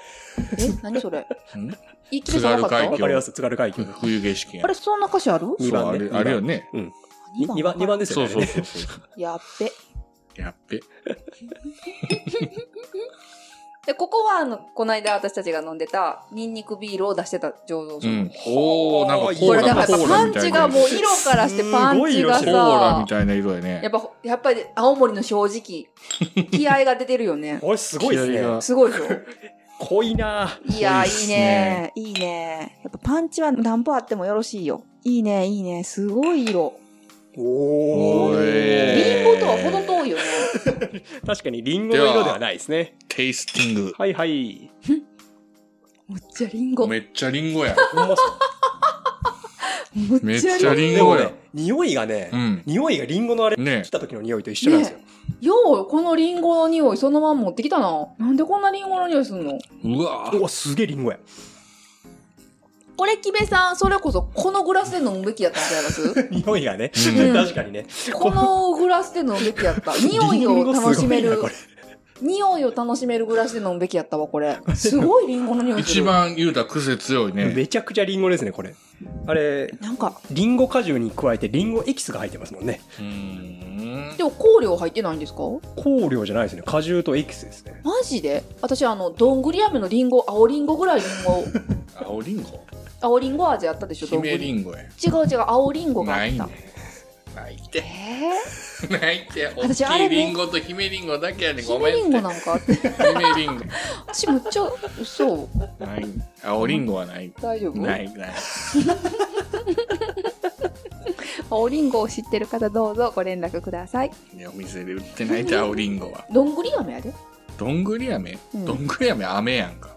[SPEAKER 4] え何それ
[SPEAKER 3] ん
[SPEAKER 4] 言い切れさなか
[SPEAKER 3] 津軽
[SPEAKER 4] った
[SPEAKER 3] 海峡
[SPEAKER 7] わかります、津軽海峡。
[SPEAKER 3] 冬景色や
[SPEAKER 4] あれそんな歌詞ある
[SPEAKER 7] 二番ね
[SPEAKER 3] そう
[SPEAKER 7] 二
[SPEAKER 3] あれ
[SPEAKER 7] 番
[SPEAKER 3] あれよね。
[SPEAKER 7] に二番、二番です
[SPEAKER 3] そ
[SPEAKER 7] よ
[SPEAKER 3] う
[SPEAKER 7] ね。
[SPEAKER 3] そうそうそう。
[SPEAKER 4] やっべ
[SPEAKER 3] やっべ。
[SPEAKER 4] でここはあのこの間私たちが飲んでたニンニクビールを出してた醸造所、
[SPEAKER 3] うん。おー、なんかコ
[SPEAKER 4] こ
[SPEAKER 3] ー
[SPEAKER 4] れ
[SPEAKER 3] ラ
[SPEAKER 4] だからやっ
[SPEAKER 3] コ
[SPEAKER 4] ぱ
[SPEAKER 3] ーラ
[SPEAKER 4] パ
[SPEAKER 3] み
[SPEAKER 4] ン
[SPEAKER 3] たい
[SPEAKER 4] チ
[SPEAKER 3] な
[SPEAKER 4] が
[SPEAKER 3] 色
[SPEAKER 4] もう色からしてパンチが
[SPEAKER 7] す
[SPEAKER 3] コーラ
[SPEAKER 4] さ
[SPEAKER 3] みたいな色や
[SPEAKER 4] やっ
[SPEAKER 3] ね。
[SPEAKER 4] ぱやっぱり青森の正直気合が出てる よね
[SPEAKER 7] おい、すごいです
[SPEAKER 3] 気合
[SPEAKER 7] ね
[SPEAKER 3] が。
[SPEAKER 4] すごいでしょ
[SPEAKER 7] 濃いなぁ
[SPEAKER 4] いや
[SPEAKER 3] 多いっ
[SPEAKER 4] ーいい
[SPEAKER 3] す
[SPEAKER 4] ね
[SPEAKER 3] ね
[SPEAKER 4] いいねやっぱパンチは何歩あってもよろしいよいいねいいねすごい色
[SPEAKER 7] お
[SPEAKER 3] お
[SPEAKER 7] ー
[SPEAKER 3] ー
[SPEAKER 4] リンゴとはほど遠いよね
[SPEAKER 7] 確かにリンゴの色ではないですね。
[SPEAKER 3] テイスティング。
[SPEAKER 7] はいはい。
[SPEAKER 4] むっちゃリンゴ
[SPEAKER 3] めっちゃリンゴや。
[SPEAKER 7] ほんまっす
[SPEAKER 4] む
[SPEAKER 3] め
[SPEAKER 4] っ
[SPEAKER 3] っ
[SPEAKER 4] ち
[SPEAKER 3] ち
[SPEAKER 4] ゃ
[SPEAKER 3] ゃ
[SPEAKER 4] リン
[SPEAKER 3] リ
[SPEAKER 7] で
[SPEAKER 3] ン
[SPEAKER 7] も
[SPEAKER 3] ゴや
[SPEAKER 7] ね。、匂いがね
[SPEAKER 3] う、ん。
[SPEAKER 7] 匂いがリンゴのあれ、
[SPEAKER 3] ね
[SPEAKER 7] 来た時の匂いと一緒なんですよ。
[SPEAKER 4] ゴようこのリンゴの匂いそのまま持ってきたななんでこんなリンゴの匂いすんの
[SPEAKER 3] うわ
[SPEAKER 7] うわ、すげえリンゴや。
[SPEAKER 4] これ木部さんそれこそこのグラスで飲むべきやったんちゃいます
[SPEAKER 7] 匂いがね、
[SPEAKER 3] うん
[SPEAKER 7] 確かにね。
[SPEAKER 4] このグラスで飲むべきや った。匂いを楽しめ
[SPEAKER 7] リン
[SPEAKER 4] る
[SPEAKER 7] ゴすごいなこ。れ
[SPEAKER 4] 匂いを楽しめるグラスで飲むべきやったわ、これ。すごいリンゴの匂いす
[SPEAKER 3] 一。
[SPEAKER 4] る。
[SPEAKER 3] 番言うたら癖強いね。
[SPEAKER 7] めちゃくちゃリンゴですね、これ。あれ、
[SPEAKER 4] なんか、
[SPEAKER 7] リンゴ果汁に加えてリンゴエキスが入ってますもんね。
[SPEAKER 3] うーん。
[SPEAKER 4] でも香料入ってないんですか
[SPEAKER 7] 香料じゃないですね。果汁とエキスですね。
[SPEAKER 4] マジで私、あの、どんぐり飴のリンゴ、青リンゴぐらいリン ゴ、
[SPEAKER 3] 青リンゴ
[SPEAKER 4] 青リンゴ味あったでしょ、どんぐ
[SPEAKER 3] 姫リ
[SPEAKER 4] り。
[SPEAKER 3] ンゴや。
[SPEAKER 4] 違う違う、青リンゴがあ
[SPEAKER 3] な
[SPEAKER 4] っ
[SPEAKER 3] いね
[SPEAKER 4] た。。
[SPEAKER 3] ないって。
[SPEAKER 4] え
[SPEAKER 3] ないって。大
[SPEAKER 4] 私あれ
[SPEAKER 3] きい
[SPEAKER 4] ね
[SPEAKER 3] リンゴと姫リンゴだけやね。
[SPEAKER 4] ー、
[SPEAKER 3] ご
[SPEAKER 4] 姫
[SPEAKER 3] め
[SPEAKER 4] リ
[SPEAKER 3] ん
[SPEAKER 4] ンゴ
[SPEAKER 3] っ
[SPEAKER 4] なんかあって。
[SPEAKER 3] て。姫リン
[SPEAKER 4] 私、むっちゃ、嘘。
[SPEAKER 3] ゴ。ない。青リンゴはない。
[SPEAKER 4] 大丈夫
[SPEAKER 3] ない、ない。
[SPEAKER 4] 青リンゴを知ってる方、どうぞご連絡ください。
[SPEAKER 3] ねお店で売ってないって、青リンゴは。
[SPEAKER 4] どんぐり飴やで。
[SPEAKER 3] どんぐり飴
[SPEAKER 4] うん
[SPEAKER 3] どんぐり飴飴やんか。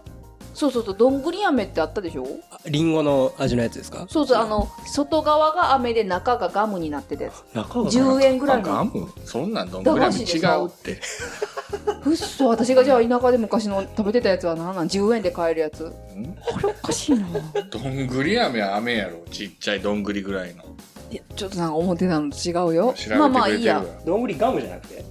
[SPEAKER 4] そうそうそう、どんぐり飴ってあったでしょ
[SPEAKER 7] リンゴの味のやつですか
[SPEAKER 4] そうそう、あの、外側が飴で中がガムになってて、
[SPEAKER 7] 中が
[SPEAKER 4] 10円ぐら
[SPEAKER 3] あ
[SPEAKER 4] い
[SPEAKER 3] ガ
[SPEAKER 4] の。
[SPEAKER 3] ムそんなんどんぐり飴違うって。
[SPEAKER 4] うっそ、私がじゃあ田舎で昔の食べてたやつは何なん ?10 円で買えるやつ。
[SPEAKER 3] ん
[SPEAKER 4] これおかしいな。
[SPEAKER 3] どんぐり飴は飴やろ。ちっちゃいどんぐりぐらいの。
[SPEAKER 4] いや、ちょっとなんか思ってたのと違う
[SPEAKER 3] 調
[SPEAKER 4] よ
[SPEAKER 3] べて。くれてる
[SPEAKER 4] まあ
[SPEAKER 3] わ
[SPEAKER 4] まあいいや。
[SPEAKER 7] どんぐりガムじゃなくて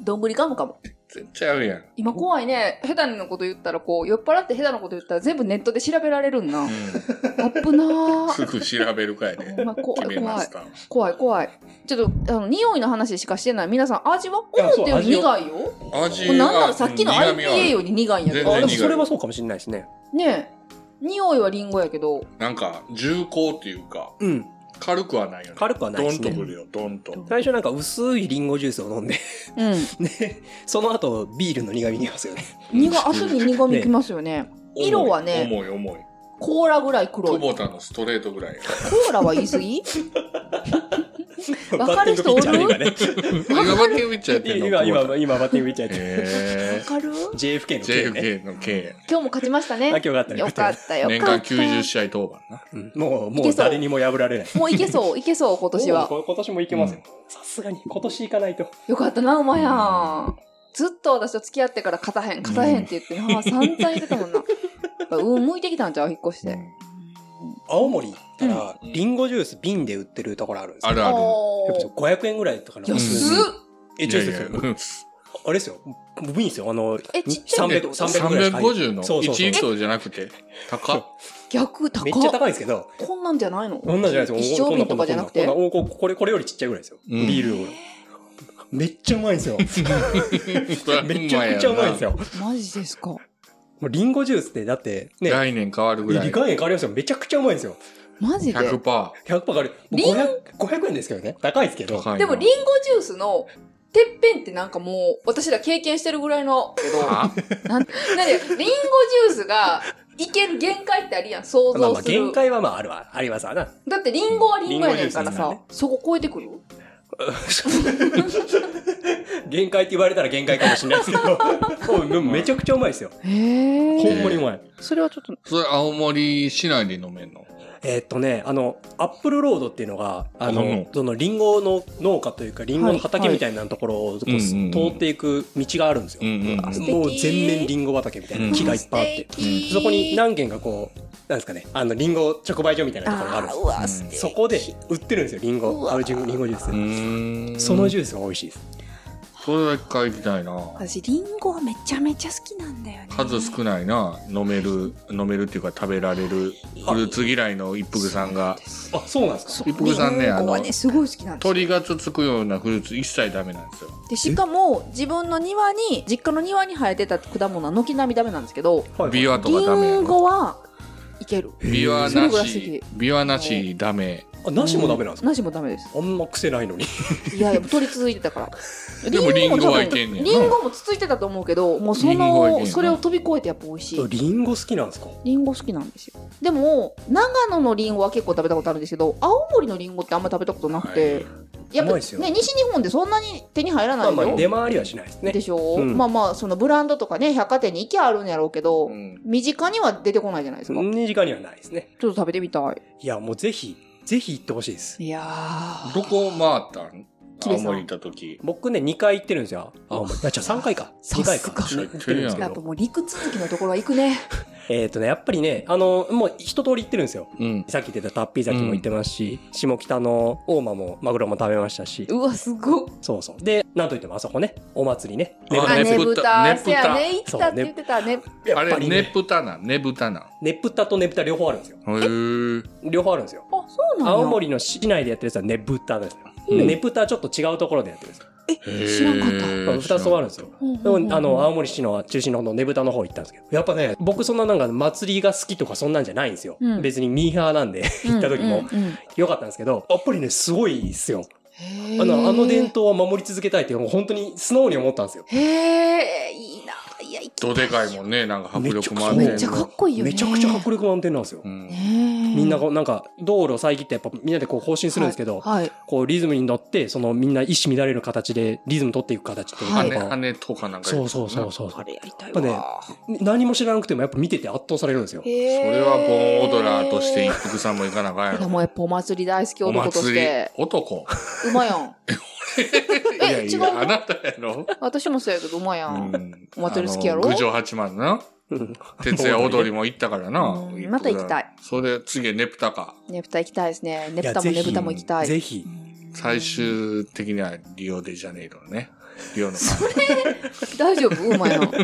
[SPEAKER 4] どんぐりガムかも。
[SPEAKER 3] 絶対あるやん。
[SPEAKER 4] 今怖いね。下手なこと言ったらこう、酔っ払って下手なこと言ったら全部ネットで調べられるんな。
[SPEAKER 3] う
[SPEAKER 4] あっぶな
[SPEAKER 3] ん。
[SPEAKER 4] ー
[SPEAKER 3] すぐ調べるかいね。
[SPEAKER 4] まあ怖
[SPEAKER 3] 決
[SPEAKER 4] い
[SPEAKER 3] め
[SPEAKER 4] 怖
[SPEAKER 3] ま
[SPEAKER 4] い
[SPEAKER 3] した。
[SPEAKER 4] 怖い怖いちょっとあの匂いの話しかしてない皆さん味は思
[SPEAKER 7] や
[SPEAKER 4] ってよ
[SPEAKER 7] そう味
[SPEAKER 4] り
[SPEAKER 7] を
[SPEAKER 4] 苦いよこ
[SPEAKER 3] 味
[SPEAKER 4] れなんならさっきの
[SPEAKER 3] うん苦味はある
[SPEAKER 4] IPA より苦いんやけど
[SPEAKER 3] 全
[SPEAKER 7] あ、
[SPEAKER 3] 然苦
[SPEAKER 7] でも
[SPEAKER 3] い
[SPEAKER 7] それはそうかもしれないですね。
[SPEAKER 4] ねえ匂いはリンゴやけど
[SPEAKER 3] なんか重厚というか
[SPEAKER 7] うん。
[SPEAKER 3] 軽くはないよね
[SPEAKER 7] 軽くはないです
[SPEAKER 3] ド
[SPEAKER 7] ね
[SPEAKER 3] ンとくるよドンと
[SPEAKER 7] 最初なんか薄いリンゴジュースを飲んで、
[SPEAKER 4] うん
[SPEAKER 7] で、その後ビールの苦味にますよね。
[SPEAKER 4] 苦後に苦みきますよね
[SPEAKER 3] 重い
[SPEAKER 4] 色はね
[SPEAKER 3] 重い重い
[SPEAKER 4] コーラぐらい黒
[SPEAKER 3] 久
[SPEAKER 4] いコ
[SPEAKER 3] 保田のストレートぐ らい
[SPEAKER 4] ーラは言い過ぎわかる人おる
[SPEAKER 7] バッティングピッチャーね
[SPEAKER 3] 今バッティングピッチャーやってんの
[SPEAKER 7] 今ね、
[SPEAKER 3] 久保
[SPEAKER 7] 今、
[SPEAKER 3] 田
[SPEAKER 7] 今、バッティングピッチャーやってる。
[SPEAKER 3] へ
[SPEAKER 4] わかる
[SPEAKER 7] JFK の K ね。
[SPEAKER 3] JFK の K
[SPEAKER 4] 今日も勝ちました
[SPEAKER 7] あ
[SPEAKER 4] ね
[SPEAKER 7] 今日があった
[SPEAKER 4] よかったよ
[SPEAKER 3] 年
[SPEAKER 4] か
[SPEAKER 3] 間
[SPEAKER 4] った
[SPEAKER 3] 90試合当番な
[SPEAKER 7] うんもう、
[SPEAKER 4] い
[SPEAKER 7] も
[SPEAKER 4] け
[SPEAKER 7] う
[SPEAKER 4] そう
[SPEAKER 7] 誰にも破られない。
[SPEAKER 4] もういけそういけそう今年は
[SPEAKER 7] もう今年もいけますよ。さすがに、今年行かないと。
[SPEAKER 4] よかったなうまやんずっと私と付き合ってから勝たへん勝たへんって言ってな、散々言ってたもんなやっぱうん向いてきたんちゃう引っ越して、
[SPEAKER 7] 青森行ったら、リンゴジュース瓶で売ってるところあるんですよ
[SPEAKER 3] あるある
[SPEAKER 7] やっぱそ
[SPEAKER 4] お
[SPEAKER 7] う500円ぐらいとかの。
[SPEAKER 4] ー安っ、
[SPEAKER 7] え、
[SPEAKER 3] い
[SPEAKER 7] 違う
[SPEAKER 3] や
[SPEAKER 7] 違
[SPEAKER 3] いうや
[SPEAKER 7] 違う。あれですよ。もう瓶ですよ。あの、
[SPEAKER 4] えちっちゃいの
[SPEAKER 7] 300 300ぐらいしか入って
[SPEAKER 3] 350の
[SPEAKER 7] そうそうそう
[SPEAKER 3] 1リットルじゃなくて高っ
[SPEAKER 4] 逆高
[SPEAKER 7] めっちゃ
[SPEAKER 4] っ
[SPEAKER 7] 高いんですけど、
[SPEAKER 4] こんなんじゃないの
[SPEAKER 7] こんなんじゃないですよ。
[SPEAKER 4] 一升瓶とかじゃなくて
[SPEAKER 7] こんなこんなこんなこんなこれ、これよりちっちゃいぐらいですよ。
[SPEAKER 3] うん
[SPEAKER 7] ビールを。めっちゃうまいんです よ。め
[SPEAKER 3] め
[SPEAKER 7] ちゃくちゃうまいんですよ。も
[SPEAKER 4] マジですか。
[SPEAKER 7] うリンゴジュースってだってね、
[SPEAKER 3] 概念変わるぐらい。
[SPEAKER 7] 概念変わりますよ。めちゃくちゃうまいんですよ。
[SPEAKER 4] マジで。
[SPEAKER 3] 100%。
[SPEAKER 7] 100%変わる。
[SPEAKER 4] リン
[SPEAKER 7] 500, 500円ですけどね。高いですけど。
[SPEAKER 3] 高いな
[SPEAKER 4] でも、リンゴジュースの、てっぺんってなんかもう、私ら経験してるぐらいの、
[SPEAKER 3] あ
[SPEAKER 4] なん、なんで、リンゴジュースが、いける限界ってあるやん、想
[SPEAKER 7] まあ
[SPEAKER 4] 像
[SPEAKER 7] まあ
[SPEAKER 4] する。
[SPEAKER 7] 限界はまああるわ、ありますわな。
[SPEAKER 4] だってリンゴはリンゴやねんから
[SPEAKER 7] リンゴジュースなん
[SPEAKER 4] さ
[SPEAKER 7] だ、
[SPEAKER 4] そこ超えてくる
[SPEAKER 7] 限界って言われたら限界かもしれないですけど。 うんでもめちゃくちゃうまいですよ。
[SPEAKER 4] へえ。
[SPEAKER 7] ほんまにうまい。
[SPEAKER 4] それはちょっと、
[SPEAKER 3] それ青森市内で飲めんの
[SPEAKER 7] えーっとね、あの、アップルロードっていうのが、あ
[SPEAKER 3] あ
[SPEAKER 7] の
[SPEAKER 3] の、
[SPEAKER 7] そのリンゴの農家というか、リンゴの畑みたいなところをこう
[SPEAKER 3] はい
[SPEAKER 7] す
[SPEAKER 3] うんうんうん
[SPEAKER 7] 通っていく道があるんですよ。
[SPEAKER 3] んうん
[SPEAKER 4] 素敵
[SPEAKER 7] もう全面リンゴ畑みたいな木がいっぱいあって。
[SPEAKER 4] て
[SPEAKER 7] そこに何軒かこう、なんですかね、あの、リンゴ直売所みたいなところがあるんですよ。
[SPEAKER 4] わ
[SPEAKER 3] 素敵
[SPEAKER 7] そこで売ってるんですよ、リンゴ、アルジンリンゴジュース。
[SPEAKER 3] うん。
[SPEAKER 7] そのジュースが美味しいです。
[SPEAKER 3] それは一回行きたいな。
[SPEAKER 4] 私、リンゴはめちゃめちゃ好きなんだよね。
[SPEAKER 3] 数少ないな。飲める、飲めるっていうか食べられるフルーツ嫌いの一服さんが。
[SPEAKER 7] あ、そうなんですか
[SPEAKER 3] 一服さんね、
[SPEAKER 4] リン
[SPEAKER 3] あ
[SPEAKER 4] ゴは
[SPEAKER 3] の、
[SPEAKER 4] ね、すごい好きなんですよ
[SPEAKER 3] 鳥がつつくようなフルーツ一切ダメなんですよ。
[SPEAKER 4] で、しかも、自分の庭に、実家の庭に生えてた果物は軒並みダメなんですけど、
[SPEAKER 3] ビワと
[SPEAKER 4] リ
[SPEAKER 3] かダメや
[SPEAKER 4] ン
[SPEAKER 3] ろ。
[SPEAKER 4] ゴはいける。
[SPEAKER 3] ビワ
[SPEAKER 4] それ
[SPEAKER 3] な
[SPEAKER 4] ぐらい好き
[SPEAKER 3] し、ビワなしダメ。
[SPEAKER 7] あ、なしもダメなんですか
[SPEAKER 4] なしもダメです。
[SPEAKER 7] あんま癖ないのに。
[SPEAKER 4] いや、でも取り続いてたから。
[SPEAKER 3] でもリンゴはいけんねんな
[SPEAKER 4] リンゴもつついてたと思うけど、もうそ
[SPEAKER 3] リンゴはいけん
[SPEAKER 4] の、
[SPEAKER 3] な
[SPEAKER 4] それを飛び越えてやっぱ美味しい。
[SPEAKER 7] リンゴ好きなんですか
[SPEAKER 4] リンゴ好きなんですよ。でも、長野のリンゴは結構食べたことあるんですけど、青森のリンゴってあんま食べたことなくて、やっ
[SPEAKER 7] う
[SPEAKER 4] ぱ
[SPEAKER 7] まい
[SPEAKER 4] ね、
[SPEAKER 7] っす
[SPEAKER 4] 西
[SPEAKER 7] よ
[SPEAKER 4] 日本でそんなに手に入ら
[SPEAKER 7] ま
[SPEAKER 4] な
[SPEAKER 7] あ
[SPEAKER 4] い
[SPEAKER 7] まあ、出
[SPEAKER 4] よ。
[SPEAKER 7] 回りはしないですね
[SPEAKER 4] で。しょ
[SPEAKER 7] うん
[SPEAKER 4] まあまあ、そのブランドとかね、百貨店に行きゃあるんやろうけど
[SPEAKER 3] う、ん
[SPEAKER 4] 身近には出てこないじゃないですか。ちょっ
[SPEAKER 7] 2時間にはないですね。
[SPEAKER 4] と食べてみたい。
[SPEAKER 7] いや、もうぜひ、ぜひ行ってほしいです。
[SPEAKER 4] いやー。
[SPEAKER 3] どこ回ったん
[SPEAKER 4] キレ
[SPEAKER 3] 青
[SPEAKER 4] さん
[SPEAKER 3] 森行った時。
[SPEAKER 7] 僕ね、2回行ってるんですよ。あ、もう、じゃあ3回か。
[SPEAKER 4] さすが
[SPEAKER 7] 2回か。
[SPEAKER 3] 知ってるやん
[SPEAKER 7] 行ってるんですけ
[SPEAKER 4] やっぱ
[SPEAKER 7] ど。
[SPEAKER 4] もう陸続きのところは行くね。
[SPEAKER 7] えっとね、やっぱりね、あの、もう一通り行ってるんですよ。
[SPEAKER 3] うん。
[SPEAKER 7] さっき言ってたタッピー崎も行ってますし、下北の大間もマグロも食べましたし、
[SPEAKER 4] うわ、すごっ。
[SPEAKER 7] そうそう。で、なんといってもあそこね、お祭りね。
[SPEAKER 3] あ
[SPEAKER 4] あ、
[SPEAKER 3] ね
[SPEAKER 4] ね
[SPEAKER 3] ぶ
[SPEAKER 4] ぶ
[SPEAKER 3] た
[SPEAKER 4] た。
[SPEAKER 3] ねぶた
[SPEAKER 4] せやね、行ったって言ってたね。
[SPEAKER 3] あれ、
[SPEAKER 7] ね
[SPEAKER 3] ねぷたな、ねぶたな。
[SPEAKER 7] ねぷたとねぷた両方あるんですよ。
[SPEAKER 3] へー
[SPEAKER 7] 両方あるんですよ。
[SPEAKER 4] あ、そうなんだ。
[SPEAKER 7] 青森の市内でやってるやつはねぶたですよ。
[SPEAKER 3] う
[SPEAKER 7] で
[SPEAKER 3] ん
[SPEAKER 7] ねぶたはちょっと違うところでやってるんですよ。
[SPEAKER 3] へー。
[SPEAKER 4] 知らんかった
[SPEAKER 7] まあ二つもあるんですよ。
[SPEAKER 4] うん
[SPEAKER 7] で
[SPEAKER 4] うんうんうん。
[SPEAKER 7] もあの青森市の中心の方のねぶたの方行ったんですけどやっぱね僕そんななんか祭りが好きとかそんなんじゃないんですよ、
[SPEAKER 4] うん
[SPEAKER 7] 別にミーハーなんで 行った時も
[SPEAKER 4] うんうんうん
[SPEAKER 7] よかったんですけどやっぱりねすごいっすよ
[SPEAKER 4] へー
[SPEAKER 7] あのあの伝統は守り続けたいってもう本当に素直に思ったんですよ
[SPEAKER 4] へえ、いいな。いや、行きた
[SPEAKER 3] どでかいもんね、なんか迫力もあって。
[SPEAKER 4] めっちゃかっこいいよね。
[SPEAKER 7] めちゃくちゃ迫力満点なんですよ、
[SPEAKER 3] うん
[SPEAKER 4] み
[SPEAKER 7] みんなこうなんか道路を遮ってやっぱみんなでこう行進するんですけど、
[SPEAKER 4] はい。はい
[SPEAKER 7] こうリズムに乗ってそのみんな意思乱れる形でリズム取っていく形っていうか、
[SPEAKER 4] は
[SPEAKER 3] 羽
[SPEAKER 4] い
[SPEAKER 7] やっぱ
[SPEAKER 3] 羽とかなんか
[SPEAKER 7] そうそうそうそう
[SPEAKER 4] あれやりたい
[SPEAKER 7] や
[SPEAKER 4] わ。
[SPEAKER 7] 何も知らなくてもやっぱ見てて圧倒されるんですよ
[SPEAKER 4] そ
[SPEAKER 3] それは盆踊らーとして一
[SPEAKER 4] い
[SPEAKER 3] 服さんも行かなあかんや
[SPEAKER 4] や、
[SPEAKER 3] ろ
[SPEAKER 4] もうやっぱお祭り大好き
[SPEAKER 3] お
[SPEAKER 4] 男とし
[SPEAKER 3] 祭り
[SPEAKER 4] て。
[SPEAKER 3] 男
[SPEAKER 4] うまやん。
[SPEAKER 3] いやい
[SPEAKER 4] 違う
[SPEAKER 3] や
[SPEAKER 4] の
[SPEAKER 3] あなたやろ
[SPEAKER 4] 私もそうやけど、うまやん。お
[SPEAKER 3] お
[SPEAKER 4] 祭り好きやろ
[SPEAKER 3] 郡上八幡な
[SPEAKER 7] うん
[SPEAKER 3] 徹夜踊りも行ったからな
[SPEAKER 4] うんまた行きたい
[SPEAKER 3] それ次ねぷたか
[SPEAKER 4] ねぶた行きたいですね。ね
[SPEAKER 7] いや
[SPEAKER 4] ぶたも
[SPEAKER 7] ぜ
[SPEAKER 4] ね
[SPEAKER 7] ひ
[SPEAKER 4] ぶたも行きたい。
[SPEAKER 7] ぜひ
[SPEAKER 3] 最終的にはリオデジャネイロのねリ オの
[SPEAKER 4] それ、大丈夫うまやん。ほ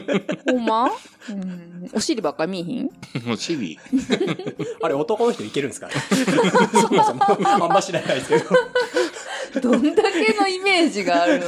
[SPEAKER 4] んまうんお尻ばっかり見えひん
[SPEAKER 3] もうチビ
[SPEAKER 7] あれ男の人いけるんです かね そもそもあんま知らないですけど
[SPEAKER 4] どんだけのイメージがあるの。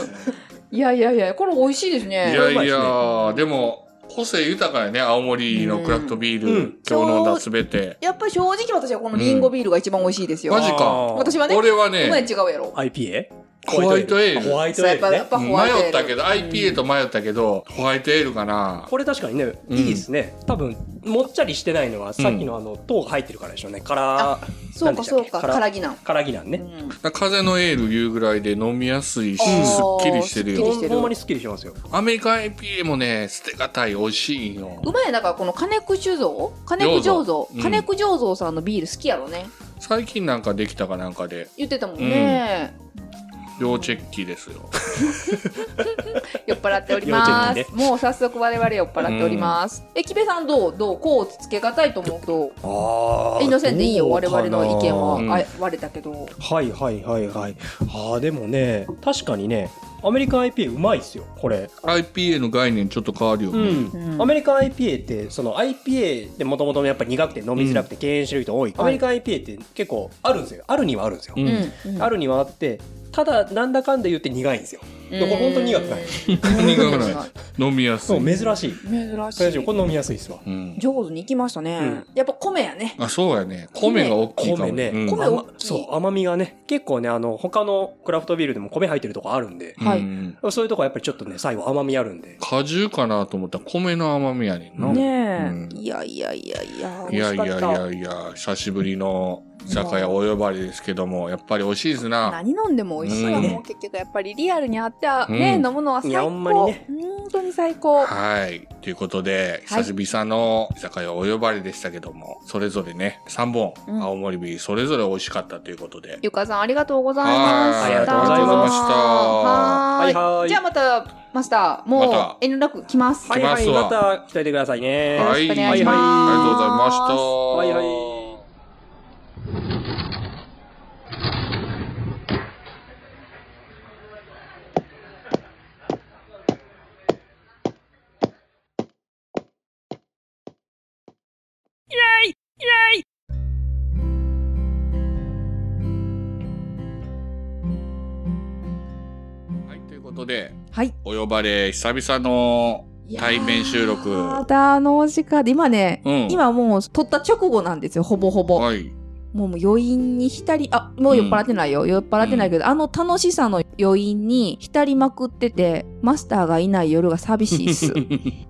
[SPEAKER 4] いやいやいや、これ美味しいです
[SPEAKER 3] い
[SPEAKER 4] ね。
[SPEAKER 3] やいやでも個性豊かやね青森のクラフトビール、
[SPEAKER 7] うん
[SPEAKER 3] 今日飲んだすべて
[SPEAKER 4] やっぱり正直私はこのリンゴビールが一番美味しいですよ。
[SPEAKER 3] マジか
[SPEAKER 4] 私はね、
[SPEAKER 3] 俺は
[SPEAKER 4] お前
[SPEAKER 3] ね
[SPEAKER 4] 違うやろ。
[SPEAKER 7] IPA?
[SPEAKER 3] ホワイトエール
[SPEAKER 7] あホワイ
[SPEAKER 4] そう
[SPEAKER 7] ト
[SPEAKER 4] や
[SPEAKER 7] エー
[SPEAKER 4] っぱ
[SPEAKER 7] ル
[SPEAKER 4] や
[SPEAKER 7] ね
[SPEAKER 4] っぱ
[SPEAKER 3] 迷
[SPEAKER 4] ホワイトエ
[SPEAKER 3] っ
[SPEAKER 4] ー
[SPEAKER 3] た
[SPEAKER 4] ル
[SPEAKER 3] けど IPA と迷ったけどホワイトエールかな
[SPEAKER 7] これ確かにね
[SPEAKER 3] うん
[SPEAKER 7] いいですね、多分もっちゃりしてないのはさっきのあの糖が入ってるからでしょうねから
[SPEAKER 4] そうかそうか、
[SPEAKER 7] なんでしたっけ
[SPEAKER 4] からぎなん。
[SPEAKER 7] からぎなん
[SPEAKER 4] う
[SPEAKER 7] ね、
[SPEAKER 4] ん
[SPEAKER 3] 風のエールいうぐらいで飲みやすいし、
[SPEAKER 4] あー
[SPEAKER 3] すっきりしてる
[SPEAKER 4] すっき
[SPEAKER 3] よ
[SPEAKER 4] り。してる
[SPEAKER 7] ほんまにすっきりしますよ
[SPEAKER 3] アメリカ IPA もね、捨てがたい、美味しいよ。
[SPEAKER 4] うまいだからこの金久酒造金久醸造
[SPEAKER 3] うん
[SPEAKER 4] 金久醸造さんのビール好きやろね
[SPEAKER 3] 最近なんかできたかなんかで、
[SPEAKER 4] 言ってたもんね、
[SPEAKER 3] 要チェッキーですよ。
[SPEAKER 4] 酔っ払っておりま
[SPEAKER 7] 幼
[SPEAKER 4] す
[SPEAKER 7] 稚
[SPEAKER 4] もう早速我々酔っ払っております、えきべさんどうどうこうつけがたいと思うけど
[SPEAKER 7] あ
[SPEAKER 4] 遠慮せんでいいよ我々の意見は、
[SPEAKER 3] うん
[SPEAKER 4] あ割れたけど
[SPEAKER 7] はいはいはいはいあーでもね確かにねアメリカン IPA うまいっすよこれ
[SPEAKER 3] IPA の概念ちょっと変わるよ
[SPEAKER 7] う
[SPEAKER 3] ね。
[SPEAKER 7] ん、
[SPEAKER 4] うん
[SPEAKER 7] アメリカン IPA ってその IPA でもともとやっぱ苦くて飲みづらくて敬遠してる人多い、アメリカン IPA って結構あるんですよあるにはあるんですよ、
[SPEAKER 3] うん
[SPEAKER 4] うん、うん
[SPEAKER 7] あるにはあってただなんだかんだ言って苦いんですよだから本当に苦くない。
[SPEAKER 3] 苦 くない。飲みやす
[SPEAKER 7] そう、
[SPEAKER 3] い。
[SPEAKER 7] 珍しい。
[SPEAKER 4] 珍し
[SPEAKER 7] 大丈
[SPEAKER 4] い
[SPEAKER 7] 夫、これ飲みやすいですわ。
[SPEAKER 3] うん
[SPEAKER 4] 上手に行きましたね、
[SPEAKER 7] ん
[SPEAKER 4] やっぱ米やね
[SPEAKER 3] あ、そうやね。米が大きいかも。
[SPEAKER 7] 米ね
[SPEAKER 3] うん
[SPEAKER 4] 米大きい
[SPEAKER 7] そう、甘みがね、結構ね、あの、他のクラフトビールでも米入ってるとこあるんで、
[SPEAKER 4] はい
[SPEAKER 3] うん
[SPEAKER 7] そういうとこはやっぱりちょっとね、最後甘みあるんで。
[SPEAKER 3] 果汁かなと思ったら米の甘みやねんな。
[SPEAKER 4] ねえ、
[SPEAKER 3] うん
[SPEAKER 4] いやいやいやいや
[SPEAKER 3] い
[SPEAKER 4] 美味
[SPEAKER 3] や
[SPEAKER 4] し
[SPEAKER 3] い
[SPEAKER 4] かっ
[SPEAKER 3] やい
[SPEAKER 4] た
[SPEAKER 3] やいや、久しぶりの酒屋お呼ばれですけども、やっぱり美味しいですな。
[SPEAKER 4] 何飲んでも美味しいわ、
[SPEAKER 3] うん
[SPEAKER 4] もう結局やっぱりリアルにあって、あ
[SPEAKER 3] うん
[SPEAKER 4] ね飲むのは最
[SPEAKER 7] い
[SPEAKER 4] 高
[SPEAKER 7] やほんまにね
[SPEAKER 4] 本当に最高
[SPEAKER 3] はい。ということで、
[SPEAKER 4] はい
[SPEAKER 3] 久しぶりの居酒屋お呼ばれでしたけども、それぞれね、3本、
[SPEAKER 4] うん
[SPEAKER 3] 青森ビールそれぞれ美味しかったということで。
[SPEAKER 4] ゆかさんありがとうございました
[SPEAKER 7] はいありがとうござい
[SPEAKER 3] し
[SPEAKER 7] ま
[SPEAKER 3] た
[SPEAKER 4] はーい
[SPEAKER 7] はいはい
[SPEAKER 4] じゃあまたマスター
[SPEAKER 3] ま
[SPEAKER 4] も
[SPEAKER 3] た
[SPEAKER 4] う遠慮なく来ます、
[SPEAKER 3] は
[SPEAKER 7] はいい
[SPEAKER 3] は
[SPEAKER 7] はいい、
[SPEAKER 3] ま
[SPEAKER 7] ま
[SPEAKER 3] た
[SPEAKER 7] た来といてくださいね。
[SPEAKER 4] よろしくお願いします
[SPEAKER 3] ありがとうございました。
[SPEAKER 7] はいはい
[SPEAKER 3] はい、ということで、
[SPEAKER 4] はい
[SPEAKER 3] お呼ばれ、久々の対面収録。
[SPEAKER 4] また楽しかった今ね、
[SPEAKER 3] うん。
[SPEAKER 4] 今もう撮った直後なんですよほぼほぼ、
[SPEAKER 3] はい。
[SPEAKER 4] もうもう余韻に浸りあもう酔っ払ってないよ、酔っ払ってないけど、あの楽しさの余韻に浸りまくっててマスターがいない夜が寂しいっす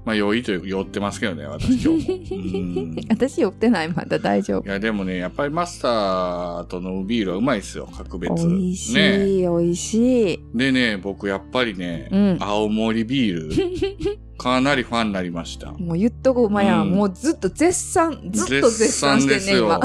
[SPEAKER 3] まあ、酔いという、酔ってますけどね、私今 日も。うん
[SPEAKER 4] 私酔ってないまだ大丈夫
[SPEAKER 3] いや、でもね、やっぱりマスターとのビールはうまいですよ、格別。
[SPEAKER 4] 美味しい、
[SPEAKER 3] ね。
[SPEAKER 4] 美味しい
[SPEAKER 3] でね、僕やっぱりね、
[SPEAKER 4] うん
[SPEAKER 3] 青森ビー ル、かなりファンになりました。
[SPEAKER 4] もう言っとこうまやん、
[SPEAKER 3] うん
[SPEAKER 4] もうずっと絶賛ずっと絶賛してんね今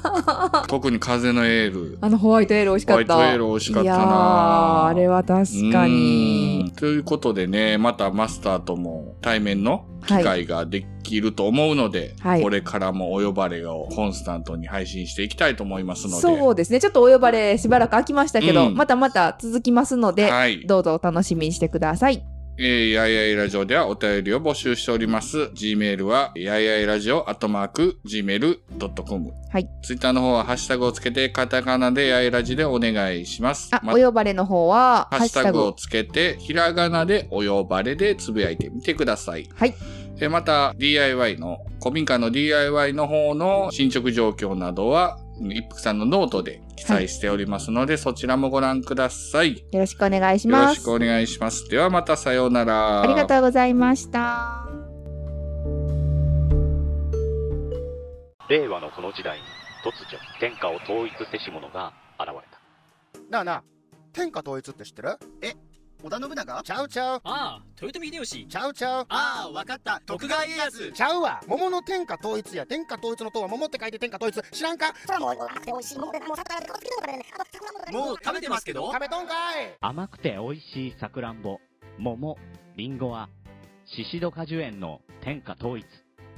[SPEAKER 3] 特に風のエール。
[SPEAKER 4] あのホワイトエール美味しかった
[SPEAKER 3] ホワイトエール美味しかったない
[SPEAKER 4] やーあれは確か
[SPEAKER 3] うん
[SPEAKER 4] に
[SPEAKER 3] ということでね、またマスターとも対面の機
[SPEAKER 4] は
[SPEAKER 3] 会ができると思うので、
[SPEAKER 4] はい
[SPEAKER 3] これからもお呼ばれをコンスタントに配信していきたいと思いますので。
[SPEAKER 4] そうですねちょっとお呼ばれしばらく空きましたけど、
[SPEAKER 3] うん
[SPEAKER 4] またまた続きますので、
[SPEAKER 3] はい。
[SPEAKER 4] どうぞお楽しみにしてください
[SPEAKER 3] えー、やいやいラジオではお便りを募集しております。Gmail は、やいやいラジオ、アットマーク、gmail.com。
[SPEAKER 4] はい。
[SPEAKER 3] Twitter の方は、ハッシュタグをつけて、カタカナでやいラジでお願いします。
[SPEAKER 4] あ、
[SPEAKER 3] ま
[SPEAKER 4] お呼ばれの方は、
[SPEAKER 3] ハッシュタグをつけて、ひらがなでお呼ばれでつぶやいてみてください。
[SPEAKER 4] はい。
[SPEAKER 3] えーまた、DIY の、古民家の DIY の方の進捗状況などは、一服さんのノートで記載しておりますので、そちらもご覧ください。
[SPEAKER 4] よろしくお願いし
[SPEAKER 3] よろ
[SPEAKER 4] ま
[SPEAKER 3] し
[SPEAKER 4] す
[SPEAKER 3] く。お願いします。ではまたさようなら。
[SPEAKER 4] ありがとうございました。
[SPEAKER 8] 令和のこの時代に突如天下を統一せし者が現れた
[SPEAKER 9] なあなあ、天下統一って知ってるえ、織田信長ちゃうちゃう。
[SPEAKER 10] ああ、豊臣秀吉。
[SPEAKER 9] ちゃうちゃう。
[SPEAKER 10] ああ、わかった。徳川家康。
[SPEAKER 9] ちゃうわ。桃の天下統一や。天下統一の塔は桃って書いて天下統一。知らんか
[SPEAKER 10] もう食べてますけど。
[SPEAKER 9] 食べとんかい
[SPEAKER 11] 甘くて美味しいさくらんぼ、桃、りんごは、シシド果樹園の天下統一。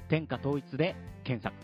[SPEAKER 11] 天下統一で検索。